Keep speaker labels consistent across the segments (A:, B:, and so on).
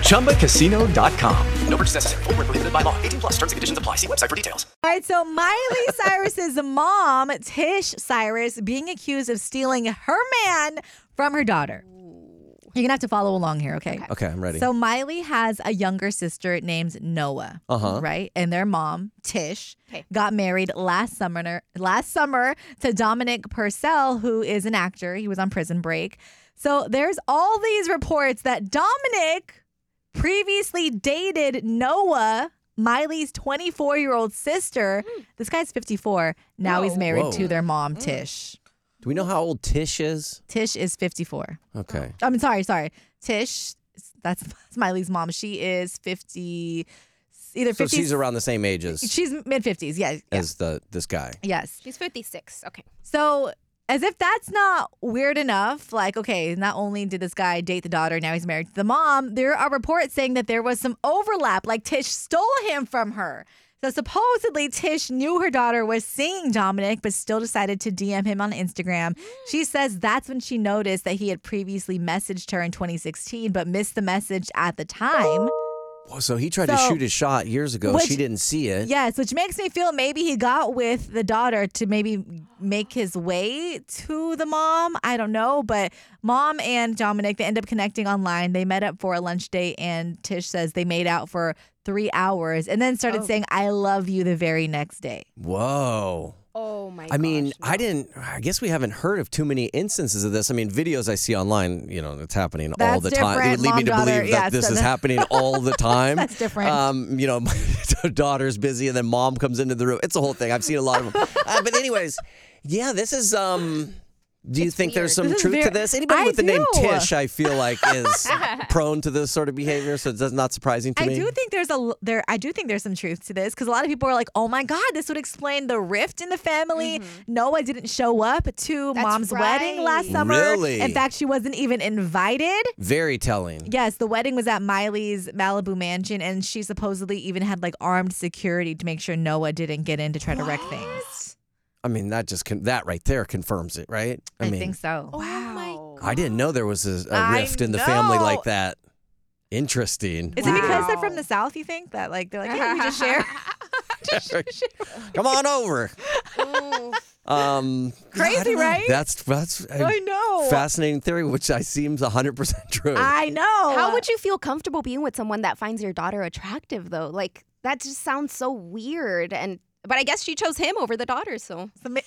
A: ChumbaCasino.com. No purchase necessary. Void where prohibited by law. 18 plus terms and conditions apply. See website for details.
B: All right, so Miley Cyrus's mom, Tish Cyrus, being accused of stealing her man from her daughter. You're gonna have to follow along here, okay?
C: Okay, I'm ready.
B: So Miley has a younger sister named Noah, uh-huh. right? And their mom, Tish, got married last summer last summer to Dominic Purcell, who is an actor. He was on Prison Break. So there's all these reports that Dominic previously dated Noah, Miley's 24-year-old sister. This guy's 54. Now he's married
C: Whoa.
B: to their mom, Tish.
C: Do we know how old Tish is?
B: Tish is 54.
C: Okay.
B: I'm sorry, sorry. Tish, that's Smiley's mom. She is 50, either 50.
C: So she's around the same age as,
B: She's mid 50s. Yes. Yes.
C: as the this guy.
B: Yes.
D: She's 56. Okay.
B: So, as if that's not weird enough, like, okay, not only did this guy date the daughter, now he's married to the mom, there are reports saying that there was some overlap, like Tish stole him from her. So, supposedly, Tish knew her daughter was seeing Dominic, but still decided to DM him on Instagram. She says that's when she noticed that he had previously messaged her in 2016, but missed the message at the time.
C: Whoa, so he tried to
B: So-
C: shoot his shot years ago.
B: Which-
C: she didn't see it.
B: Yes, which makes me feel maybe he got with the daughter to maybe make his way to the mom. I don't know, but mom and Dominic they end up connecting online. They met up for a lunch date, and Tish says they made out for three hours, and then
C: Oh.
B: started saying "I love you" the very next day.
C: Whoa.
D: Oh my
C: I mean,
D: gosh,
C: I didn't. I guess we haven't heard of too many instances of this. I mean, videos I see online, you know, it's happening all
B: That's
C: the time. It would
B: different,
C: lead me to
B: mom-daughter,
C: believe that
B: yeah,
C: this
B: so
C: is
B: that-
C: happening all the time.
B: That's different.
C: Um, you know, my daughter's busy, and then mom comes into the room. It's a whole thing. I've seen a lot of them. uh, but anyways, yeah, this is. um do you think there's
D: weird.
C: some
B: This is
C: truth to
B: very-
C: this? Anybody
B: I
C: with the name
B: do.
C: Tish, I feel like, is prone to this sort of behavior, so it's not surprising to
B: I
C: me.
B: do think there's a l- there. I do think there's some truth to this because a lot of people are like, "Oh my God, this would explain the rift in the family."
C: Mm-hmm.
B: Noah didn't show up to
D: That's
B: mom's wedding last
D: right.
B: summer.
C: Really?
B: In fact, she wasn't even invited.
C: Very telling.
B: Yes, the wedding was at Miley's Malibu mansion, and she supposedly even had like armed security to make sure Noah didn't get in to try to wreck things.
C: I mean, that just con- that right there confirms it, right?
B: I,
C: mean,
B: think so.
D: Wow.
C: I didn't know there was a, a
B: I
C: rift in the family
B: know.
C: like that. Interesting.
B: Is it because they're
D: Wow.
B: from the South, you think? That like they're like, hey, we just share.
C: Come on over. Um,
B: Crazy,
C: I don't know.
B: right?
C: That's that's a
B: I know.
C: fascinating theory, which I seems hundred percent true.
B: I know.
D: How would you feel comfortable being with someone that finds your daughter attractive though? Like that just sounds so weird and but I guess she chose him over the daughter, so
B: you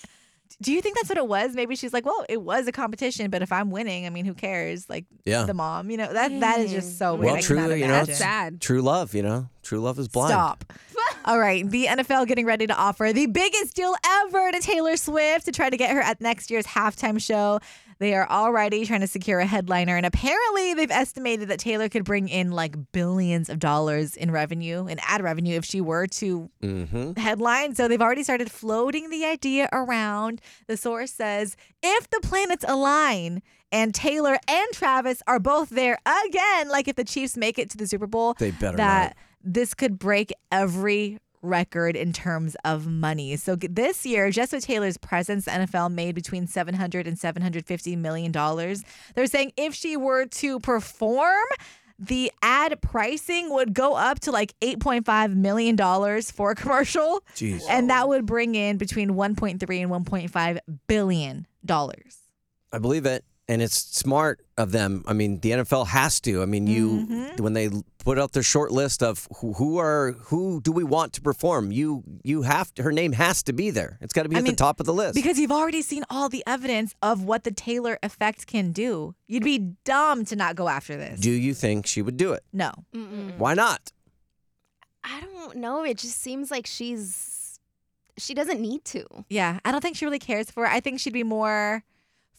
B: do you think that's what it was? Maybe she's like, well, it was a competition, but if I'm winning, I mean, who cares? Like
C: Yeah.
B: the mom, you know, that that is just so weird.
C: well,
B: I
C: true,
B: cannot
C: you know,
B: imagine.
C: it's true love. You know, true love is blind.
B: Stop. All right, the NFL getting ready to offer the biggest deal ever to Taylor Swift to try to get her at next year's halftime show. They are already trying to secure a headliner, and apparently, they've estimated that Taylor could bring in like billions of dollars in revenue and ad revenue if she were to
C: Mm-hmm.
B: headline. So they've already started floating the idea around. The source says if the planets align and Taylor and Travis are both there again, like if the Chiefs make it to the Super Bowl,
C: They better
B: that this could break every record in terms of money. So g- this year, just with Taylor's presence, the NFL made between 700 and 750 million dollars. They're saying if she were to perform, the ad pricing would go up to like 8.5 million dollars for a commercial,
C: Jeez.
B: and that would bring in between 1.3 and 1.5 billion dollars.
C: I believe it. And it's smart of them. I mean, the NFL has to. I mean, you
B: Mm-hmm.
C: when they l- put out their short list of who, who are who do we want to perform, you you have to, her name has to be there. It's got to be
B: I
C: at
B: mean,
C: the top of the list.
B: Because you've already seen all the evidence of what the Taylor effect can do. You'd be dumb to not go after this.
C: do you think she would do it?
B: no.
C: Why not?
D: I don't know. It just seems like she's she doesn't need to.
B: Yeah. I don't think she really cares for it. I think she'd be more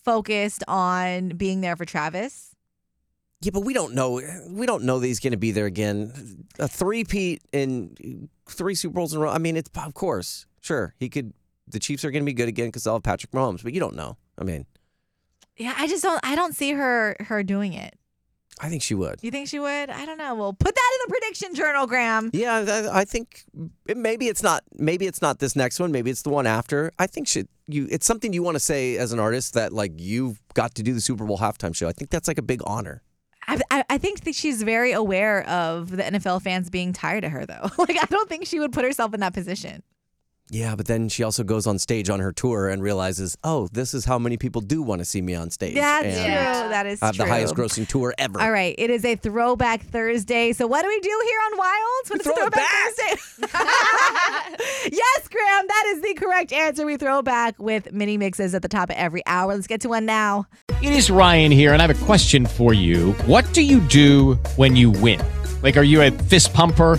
B: focused on being there for Travis.
C: Yeah, but we don't know. We don't know that he's going to be there again. A three-peat in three Super Bowls in a row. I mean, it's of course, sure, he could. The Chiefs are going to be good again because they'll have Patrick Mahomes, but you don't know. I mean,
B: Yeah, I just don't. I don't see her her doing it.
C: I think she would.
B: You think she would? I don't know. Well, put that in the prediction journal, Graham.
C: Yeah, uh, I, I think it- maybe it's not. Maybe it's not this next one. Maybe it's the one after. I think should you. It's something you want to say as an artist that like you've got to do the Super Bowl halftime show. I think that's like a big honor.
B: I, I, I think that she's very aware of the NFL fans being tired of her, though. like, I don't think she would put herself in that position.
C: Yeah, but then she also goes on stage on her tour and realizes, oh, this is how many people do want to see me on stage.
B: That's
C: and
B: true. That is
C: I have
B: true.
C: the highest grossing tour ever.
B: All right, it is a throwback Thursday. So what do we do here on Wilds? What is
C: throw it
B: a throwback
C: back.
B: Thursday? yes, Graham, that is the correct answer. We throw back with mini mixes at the top of every hour. Let's get to one now.
E: It is Ryan here, and I have a question for you. What do you do when you win? Like, are you a fist pumper?